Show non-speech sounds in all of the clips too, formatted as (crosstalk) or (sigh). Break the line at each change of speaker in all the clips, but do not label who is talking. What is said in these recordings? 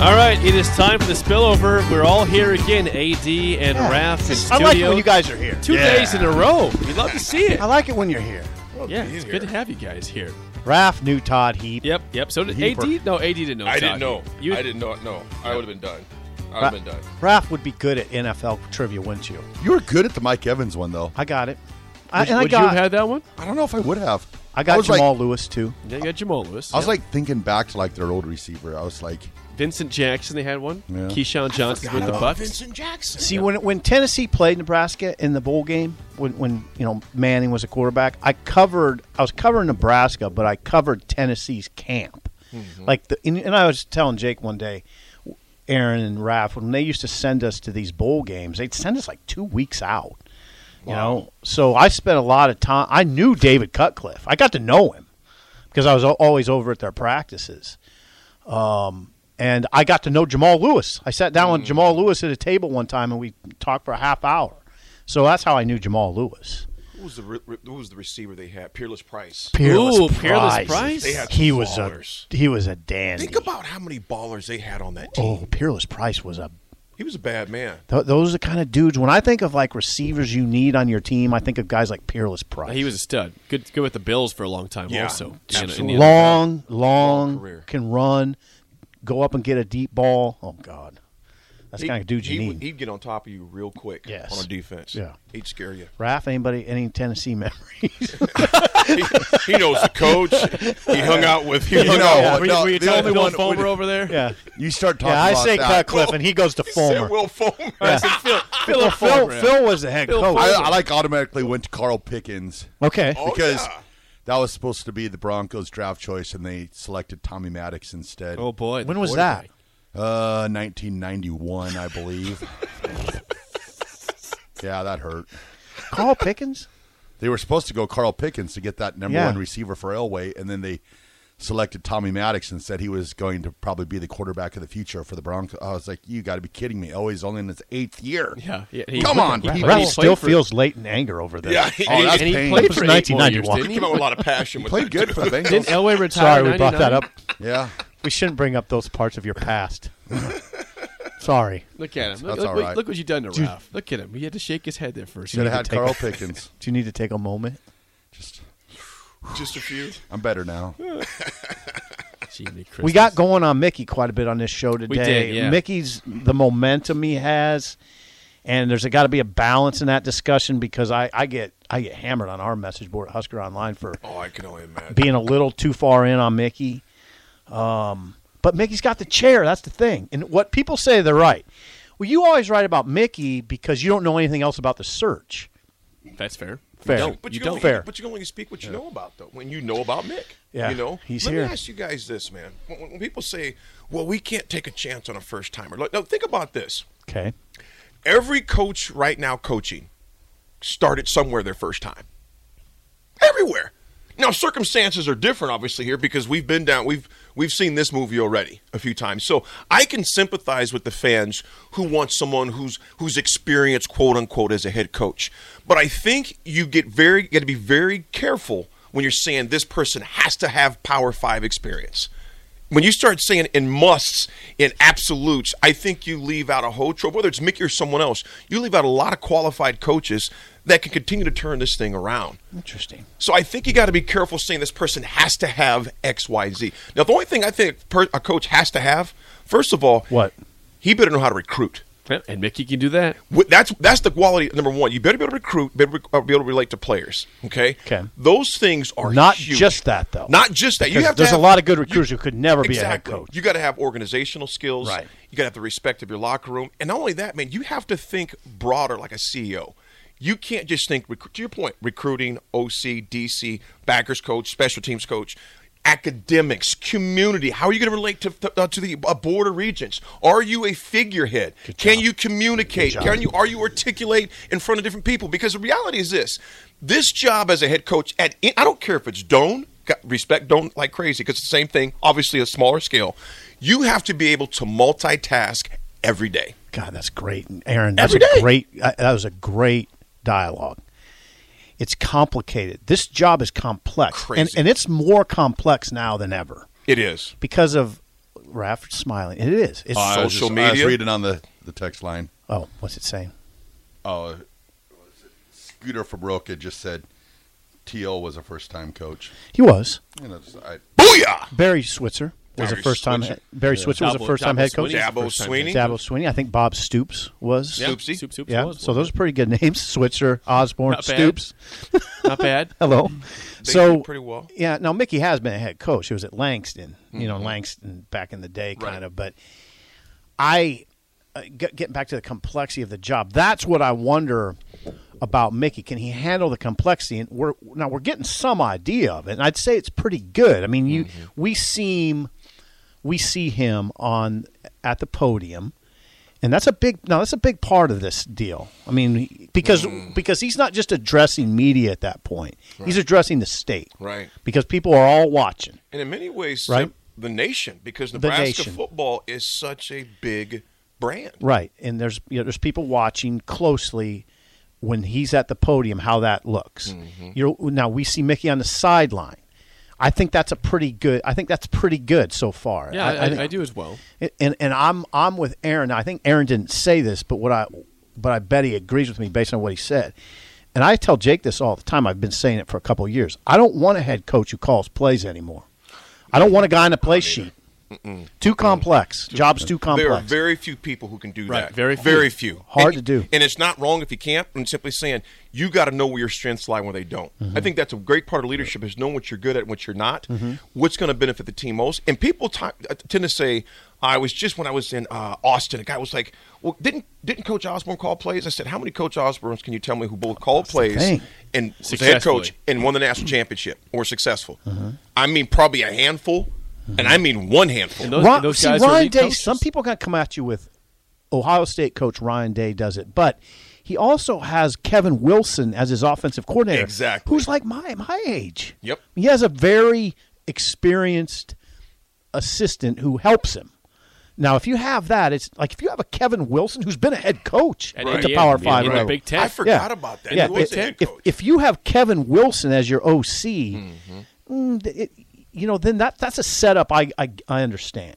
All right, it is time for the spillover. We're all here again, AD and Raph in
I
studio.
like it when you guys are here.
Two days in a row. We love to see it.
I like it when you're here.
Yeah, it's good to have you guys here.
Raph knew Todd Heap.
Yep, yep. So did
Heaper.
AD? No, AD didn't know.
I
Saki.
didn't know.
You,
I did not know. I would have been done. I
Ra-
would have been done.
Raph would be good at NFL trivia, wouldn't you?
You were good at the Mike Evans one, though.
I got it. I, uh,
Would,
and I
would you
got,
have had that one?
I don't know if I would have.
I got
was
Jamal
Like,
Lewis too.
Yeah, you got Jamal Lewis.
I was
Yep.
like thinking back to like their old receiver. I was like,
Vincent Jackson. They had one.
Yeah.
Keyshawn Johnson's with the Bucks.
See, when when Tennessee played Nebraska in the bowl game, when when you know Manning was a quarterback, I covered. I was covering Nebraska, but I covered Tennessee's camp. Like the and, and I was telling Jake one day, Aaron and Raph, when they used to send us to these bowl games, they'd send us like two weeks out. You know, so I spent a lot of time. I knew David Cutcliffe. I got to know him because I was al- always over at their practices. Um, and I got to know Jamal Lewis. I sat down
Mm.
with Jamal Lewis at a table one time, and we talked for a half hour. So that's how I knew Jamal Lewis.
Who was the re- re- who was the receiver they had? Peerless Price.
Peerless
Ooh, Peerless
Price.
Price? They
had
He was
ballers.
a he was a dandy.
Think about how many ballers they had on that team.
oh, Peerless Price was a.
He was a bad man.
th- those are the kind of dudes. When I think of like receivers you need on your team, I think of guys like Peerless Price.
Uh, He was a stud. Good, good with the Bills for a long time.
Yeah,
also,
absolutely.
In the- in the-
long, long,
career.
can run, go up and get a deep ball. Oh God, that's the kind of dude you
he,
need.
He'd get on top of you real quick
Yes.
on a defense.
Yeah.
He'd scare you.
Raph, anybody, any Tennessee memories?
he, he knows the coach. He hung out with you. (laughs)
you
know.
know,
Were you,
no,
were you
the
talking
only
to Bill
one
Fulmer over there?
(laughs) yeah,
(laughs) you start talking.
yeah. I
about
say
that.
Cutcliffe, and he goes to Fulmer.
Will Fulmer.
Phil, Ah, Phil,
Well, Phil,
Fulmer.
Phil was the head
Phil
coach.
I, I like automatically went to Carl Pickens
okay,
Oh,
because
yeah.
that was supposed to be the Broncos draft choice, and they selected Tommy Maddox instead.
Oh boy,
when was that?
Uh, 1991, I believe. (laughs) yeah, that hurt.
Carl Pickens.
They were supposed to go Carl Pickens to get that number
Yeah.
one receiver for Elway, and then they selected Tommy Maddox and said he was going to probably be the quarterback of the future for the Broncos. I was like, you got to be kidding me! Elway's only in his eighth year.
Yeah, yeah, he-
come on,
he-
people.
Right.
Raph
played
still
for-
feels late in anger over this.
(laughs)
Yeah, he,
Oh,
he,
that's
And he
pain.
played
It was
for eight more years,
1991.
didn't
he
he?
came out with a lot of passion.
He
with
played
that.
good for the
Didn't
Bengals.
Elway retire?
Sorry,
in
we brought that
99?
up.
yeah,
We shouldn't bring up those parts of your past. Sorry.
Look at him. Look,
That's
look,
all
what-
right.
look what you done to Ralph. Look at him. He had to shake his head there first.
should have had
take
Carl
it.
Pickens.
Do you need to take a moment?
Just,
Just a few.
I'm better now.
Jiminy
We
Christmas.
got going on Mickey quite a bit on this show today.
did, yeah.
Mickey's the momentum he has, and there's got to be a balance in that discussion because I, I get I get hammered on our message board at Husker Online for
Oh, I can only imagine.
being a little too far in on Mickey. Um, but Mickey's got the chair. That's the thing. And what people say, they're right. Well, you always write about Mickey because you don't know anything else about the search.
That's fair.
Fair.
You don't.
But
you
you,
don't.
Only,
Fair.
But you can only speak what you know about, though. When you know about Mick,
Yeah,
you know.
he's
Let
here.
me ask you guys this, man. When, when people say, "Well, we can't take a chance on a first timer," no, think about this.
Okay.
Every coach right now coaching started somewhere their first time. Everywhere. Now circumstances are different, obviously here because we've been down. We've we've seen this movie already a few times, so I can sympathize with the fans who want someone who's who's experienced, quote unquote, as a head coach. But I think you get very got to be very careful when you're saying this person has to have Power Five experience when you start saying in musts, in absolutes, I think you leave out a whole trope, whether it's Mickey or someone else, you leave out a lot of qualified coaches that can continue to turn this thing around.
Interesting.
So I think you got to be careful saying this person has to have X, Y, Z. Now, the only thing I think per- a coach has to have, first of all,
What?
he better know how to recruit.
Yeah, And Mickey can do that.
Wh- That's that's the quality number one. You better be able to recruit, better be uh, be able to relate to players. Okay,
Okay.
Those things are
Not
huge.
just that, though.
Not just that. You
Because
have to
there's a
have-
lot of good recruiters who could never be a head
Exactly.
coach.
You got to have organizational skills.
Right.
You got to have the respect of your locker room, and not only that, man, you have to think broader, like a CEO. You can't just think. recru- To your point, recruiting, OC, DC, backers coach, special teams coach. academics, community. How are you going to relate to to, uh, to the uh, board of regents? Are you a figurehead? Can you communicate? Can you are you articulate in front of different people? Because the reality is this: this job as a head coach at I don't care if it's Doan. got- Respect Doan like crazy because it's the same thing, obviously a smaller scale. You have to be able to multitask every day.
God, that's great, And Aaron. That's
Every day.
a great. uh, That was a great dialogue. It's complicated. This job is complex, and,
Crazy.
and it's more complex now than ever
It is.
because of Rafford's smiling. It is. It's
I was
Social
just- I was
media?
reading on the, the text line.
oh, what's it saying?
Oh, Scooter Fabroca just said T.O. was a first time coach.
He was
And it's- I,
Booyah!
Barry Switzer was
Barry
a first time.
Switzer.
Barry Switzer was a
Dabo-
first time head
Dabo
coach.
Sweeney's
Dabo
the first-time
Sweeney?
head coach.
Dabo Sweeney. I think Bob Stoops was.
Yeah,
Soupsy?
Soup, Soups
Yeah,
was
so
one.
those are pretty good names. Switzer, Osborne,
Not bad.
Stoops.
not bad.
(laughs) Hello.
They
so
did pretty well.
Yeah. Now Mickey has been a head coach. He was at Langston. You know, Langston back in the day, kind
Right.
of. But I uh, get, getting back to the complexity of the job. That's what I wonder about Mickey. Can he handle the complexity? And we're now we're getting some idea of it. And I'd say it's pretty good. I mean, you we seem we see him on at the podium. And that's a big now that's a big part of this deal. I mean because because he's not just addressing media at that point. He's addressing the state.
Right.
Because people are all watching.
and in many ways,
Right.
the nation, because Nebraska
nation.
football is such a big brand.
Right. And there's you know, there's people watching closely when he's at the podium how that looks. You're now we see Mickey on the sideline. I think that's a pretty good I think that's pretty good so far.
Yeah, I,
think-
I, I do as well.
and and I'm I'm with Aaron. I think Aaron didn't say this, but what I but I bet he agrees with me based on what he said. And I tell Jake this all the time. I've been saying it for a couple of years. I don't want a head coach who calls plays anymore. I don't want a guy on a play sheet. Too complex. Job's too
There
complex.
are very few people who can do
Right,
that.
very few.
very few.
Hard
And-
to do.
And it's not wrong if you can't. I'm simply saying you got to know where your strengths lie when they don't.
Mm-hmm.
I think that's a great part of leadership is knowing what you're good at and what you're not. What's going to benefit the team most? And people ti- uh tend to say, "I was just when I was in uh, Austin, a guy was like, well, didn't didn't Coach Osborne call plays?" I said, "How many Coach Osbornes can you tell me who both called plays
thing.
and was the head
Successfully.
coach and won the national championship or successful?"
Mm-hmm.
I mean, probably a handful, and I mean one handful.
And those,
Ron-
and those
see,
guys are
Ryan
elite
Day.
coaches.
Some people gonna come at you with Ohio State coach Ryan Day does it, but he also has Kevin Wilson as his offensive coordinator,
Exactly.
who's like my my age.
Yep.
he has a very experienced assistant who helps him. Now, if you have that, it's like if you have a Kevin Wilson who's been a head coach
At
at the
Indiana,
Power
yeah,
Five
in the
level.
Big Ten.
I forgot about that.
Yeah,
He was
if,
the head
if,
coach.
if you have Kevin Wilson as your OC,
Mm-hmm.
mm, th- it, you know, then that that's a setup I I, I understand.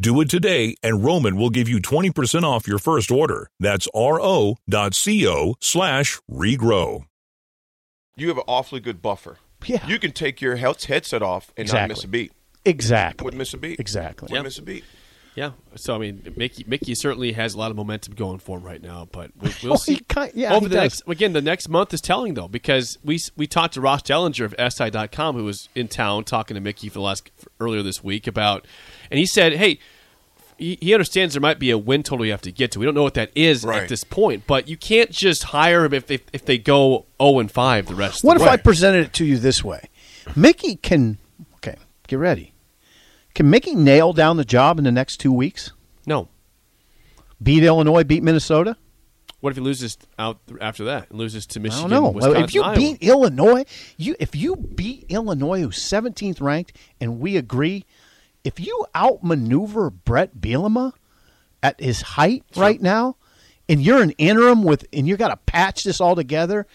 Do it today, and Roman will give you 20% off your first order. That's ro.co slash regrow.
you have an awfully good buffer.
Yeah.
You can take your health headset off and not miss
Exactly.
a beat.
Exactly.
Wouldn't miss a beat.
Exactly.
Wouldn't
Yeah.
miss a beat.
Yeah. So I mean, Mickey Mickey certainly has a lot of momentum going for him right now, but we, we'll
(laughs) Oh,
see.
he ki- yeah,
Over
he
the
does.
next again, the next month is telling though because we s- we talked to Ross Dellinger of SI.com who was in town talking to Mickey for the last earlier this week about, and he said, hey. He he understands there might be a win total you have to get to. We don't know what that is at
Right.
this point, but you can't just hire him if they, if they go zero and five the rest.
What
of
if
the
I
way.
presented it to you this way? Mickey can okay, get ready. Can Mickey nail down the job in the next two weeks?
no?
Beat Illinois, beat Minnesota?
What if he loses out after that and loses to
I
Michigan?
don't know.
Wisconsin,
if you
Iowa?
beat Illinois, you if you beat Illinois, who's seventeenth ranked, and we agree, if you outmaneuver Brett Bielema at his height right now, and you're an interim with, and you got to patch this all together,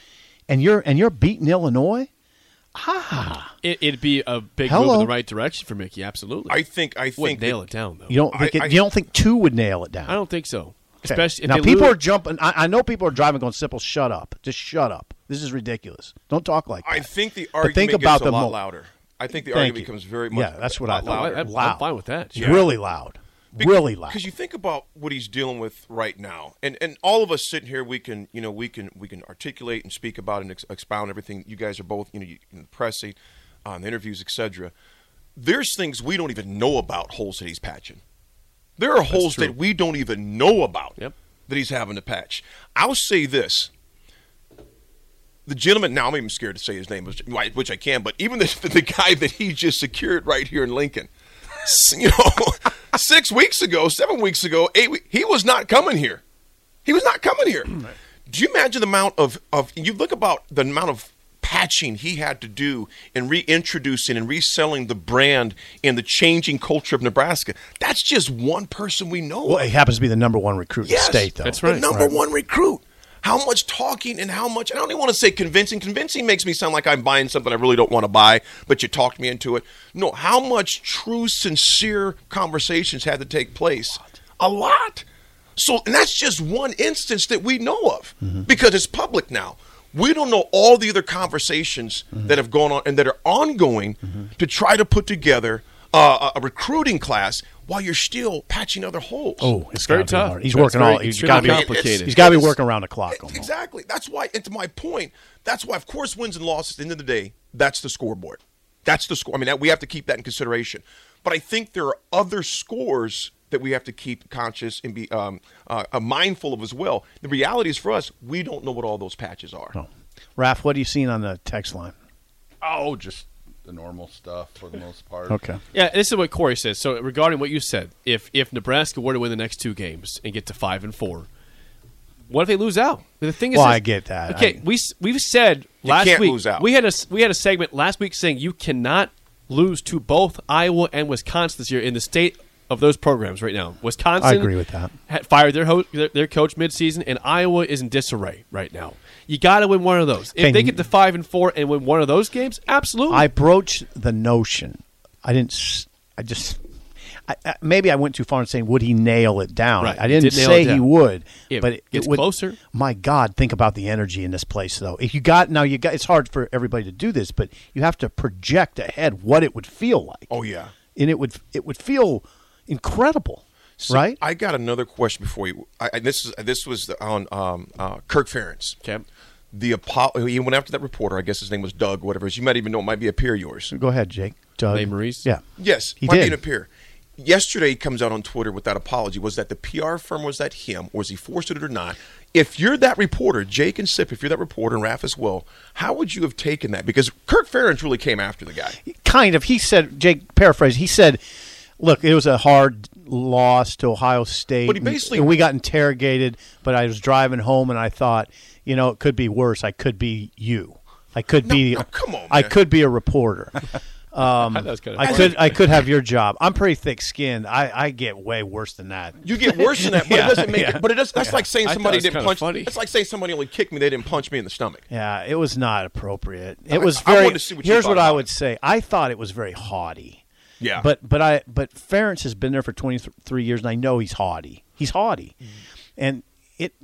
and you're and you're beating Illinois.
It, it'd be a big move
Hello.
in the right direction for Mickey. Absolutely,
I think I think
would
that-
nail it down though.
You don't think
I-
it,
I-
you don't think two would nail it down.
I don't think so.
Okay.
Especially if
now,
they
people
lose-
are jumping. I, I know people are driving going, "Simple, shut up, just shut up. This is ridiculous. Don't talk like that."
I think the
But
argument
think
gets
about
a
the
lot
mo-
louder. I think the
Thank
argument
you.
becomes very much
Yeah, that's what
a
I
lot
thought.
I,
louder.
am
Loud.
fine with that.
It's really loud, really loud.
Because you think about what he's dealing with right now, and and all of us sitting here, we can you know we can we can articulate and speak about and ex- expound everything. You guys are both you know you, in the pressing, on the interviews, etc. There's things we don't even know about holes that he's patching. There are holes that we don't even know about
Yep.
that he's having to patch. I'll say this. The gentleman, now I'm even scared to say his name, which which I can, but even the, the guy that he just secured right here in Lincoln, (laughs) s- you know, six weeks ago, seven weeks ago, eight, we- he was not coming here. He was not coming here. Do you imagine the amount of, of you look about the amount of patching he had to do in reintroducing and reselling the brand and the changing culture of Nebraska? That's just one person we know.
well,
of.
he happens to be the number one recruit
Yes,
in the state, though.
that's right.
The number one recruit. How much talking and how much? I don't even want to say convincing. Convincing makes me sound like I'm buying something I really don't want to buy, but you talked me into it. No, how much true, sincere conversations had to take place? A lot. So, and that's just one instance that we know of
Mm-hmm.
because it's public now. We don't know all the other conversations
Mm-hmm.
that have gone on and that are ongoing to try to put together uh, a a recruiting class while you're still patching other holes.
Oh, it's
very
gotta be
tough.
hard. He's
That's
working
very
all. He's
extremely
got to be
complicated.
He's got to be working around the clock. Almost.
Exactly. That's why, and to my point, that's why, of course, wins and losses at the end of the day, that's the scoreboard. That's the score. I mean, that, we have to keep that in consideration. But I think there are other scores that we have to keep conscious and be um, uh, uh, mindful of as well. The reality is for us, we don't know what all those patches are.
No. Oh. Raph, what are you seeing on the text line?
Oh, just the normal stuff for the most part.
Okay.
Yeah, this is what Corey says. So regarding what you said, if if Nebraska were to win the next two games and get to five and four, what if they lose out? The thing is,
Well,
is-
I get that.
Okay,
I-
we s- we've said last
can't
week
lose out.
we had a s- we had a segment last week saying you cannot lose to both Iowa and Wisconsin this year in the state of those programs right now. Wisconsin,
I agree with that.
ha- Fired their, ho- their their coach midseason, and Iowa is in disarray right now. You got to win one of those. If
Can
they
you-
get to five and four and win one of those games, absolutely.
I broached the notion. I didn't. s- I just. I, I, maybe I went too far in saying would he nail it down.
Right,
I
you
didn't
did nail it
say he
down.
would,
It
but
gets
would-
closer.
My God, think about the energy in this place, though. If you got now, you got. It's hard for everybody to do this, but you have to project ahead what it would feel like.
Oh, yeah.
and it would it would feel incredible,
So
right?
I got another question before you. I, I- this is this was on um, uh, Kirk Ferentz.
Okay.
The Apollo. He went after that reporter. I guess his name was Doug. Whatever. it is. You might even know. It might be a peer of yours.
Go ahead, Jake. Doug.
Lay Maurice?
Yeah.
Yes,
He
might
did.
be an appear. Yesterday he comes out on Twitter with that apology. Was that the PR firm? Was that him? Or was he forced it or not? If you're that reporter, Jake and Sip, if you're that reporter and Raph as well, how would you have taken that? Because Kirk Ferentz really came after the guy.
kind of. He said, Jake, paraphrase. He said, "Look, it was a hard loss to Ohio State,
But he
and-
basically-
and we got interrogated. But I was driving home, and I thought, you know, it could be worse. I could be you. I could be.
no, come on,
I
man.
could be a
(laughs)
reporter.
that was kinda
Hmm. I
funny.
could. I could have your job. I'm pretty thick-skinned. I, I get way worse than that.
You get worse than that,
(laughs)
but it doesn't make it. But it does, that's like saying
I thought
somebody
it was
didn't
kinda
punch.
funny.
It's like saying somebody only kicked me. They didn't punch me in the stomach.
Yeah, it was not appropriate. It
I-
was
I
very.
wanted to see what you
here's
thought
what I
about
would say. I thought it was very haughty.
Yeah.
But but I but Ference has been there for 23 years, and I know he's haughty. He's haughty,
Mm-hmm.
and it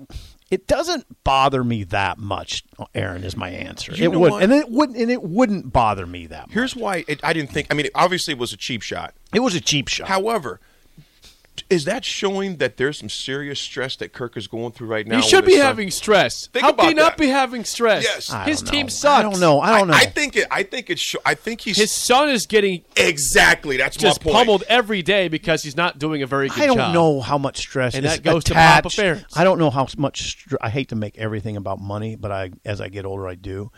it doesn't bother me that much. Aaron is my answer.
You
it
know
would,
what?
and it wouldn't, and it wouldn't bother me that much.
Here's why it, I didn't think. I mean, it obviously was a cheap shot.
It was a cheap shot.
However, is that showing that there's some serious stress that Kirk is going through right now?
He
with
should
his
be
son?
having stress.
Think
How can he
about
not
that.
be having stress?
Yes. I
His
don't
team
know.
sucks.
I don't know. I don't know.
I think it. I think it's. I think he's
His son is getting
exactly. That's
just
my point.
pummeled every day because he's not doing a very good
I don't
job.
know how much stress
And
is
that goes to Papa
attached.
Ferentz.
I don't know how much. Str- I hate to make everything about money, but I, as I get older, I do.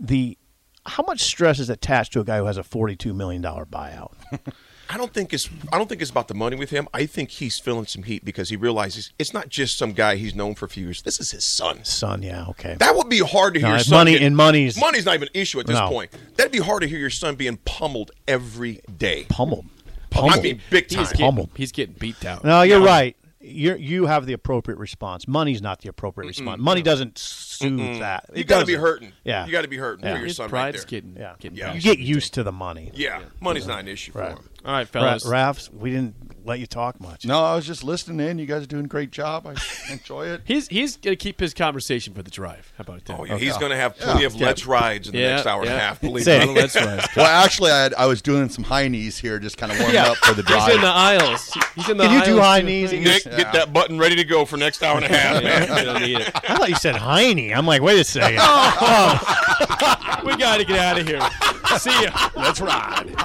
The how much stress is attached to a guy who has a forty-two million dollar buyout?
I don't think it's. I don't think it's about the money with him. I think he's feeling some heat because he realizes it's not just some guy he's known for a few years. This is his son.
Son, yeah, okay.
That would be hard to hear.
No,
your
it's
son
money-
get-
and money's-
money's not even an issue at this
No.
point. That'd be hard to hear your son being pummeled every day.
pummeled,
I
pummeled.
mean, big
He's
time.
getting,
Pummeled.
he's getting beat down.
no, you're right. you you have the appropriate response. Money's not the appropriate response. Money doesn't soothe that.
You
It
got to be
doesn't.
hurting.
Yeah,
You got to be hurting
Yeah.
for your
His
son right
pride's
there.
getting,
Yeah.
getting
Yeah.
You
bashed.
get used to the money.
Yeah. Money's not an issue
Right.
for him.
All right,
Ra-
fellas.
Rafs, we didn't let you talk much.
(laughs) No, I was just listening in. You guys are doing a great job. I enjoy
(laughs)
it.
He's he's gonna keep his conversation for the drive. How about that?
Oh, yeah. He's going to have plenty of let's rides in the
Yeah,
next hour
yeah.
and a half. Believe
Say
me.
it.
(laughs)
Let's ride.
Well, actually, I, had, I was doing some high knees here, just kind of warming up for the
He's in the
drive.
aisles. He's in the
Can you do
aisles,
high
too.
knees?
Nick, get that button ready to go for next hour and
(laughs)
a half, man.
You don't need it.
I thought you said Heine. I'm like, wait a second.
We gotta get out of here. See ya.
Let's ride.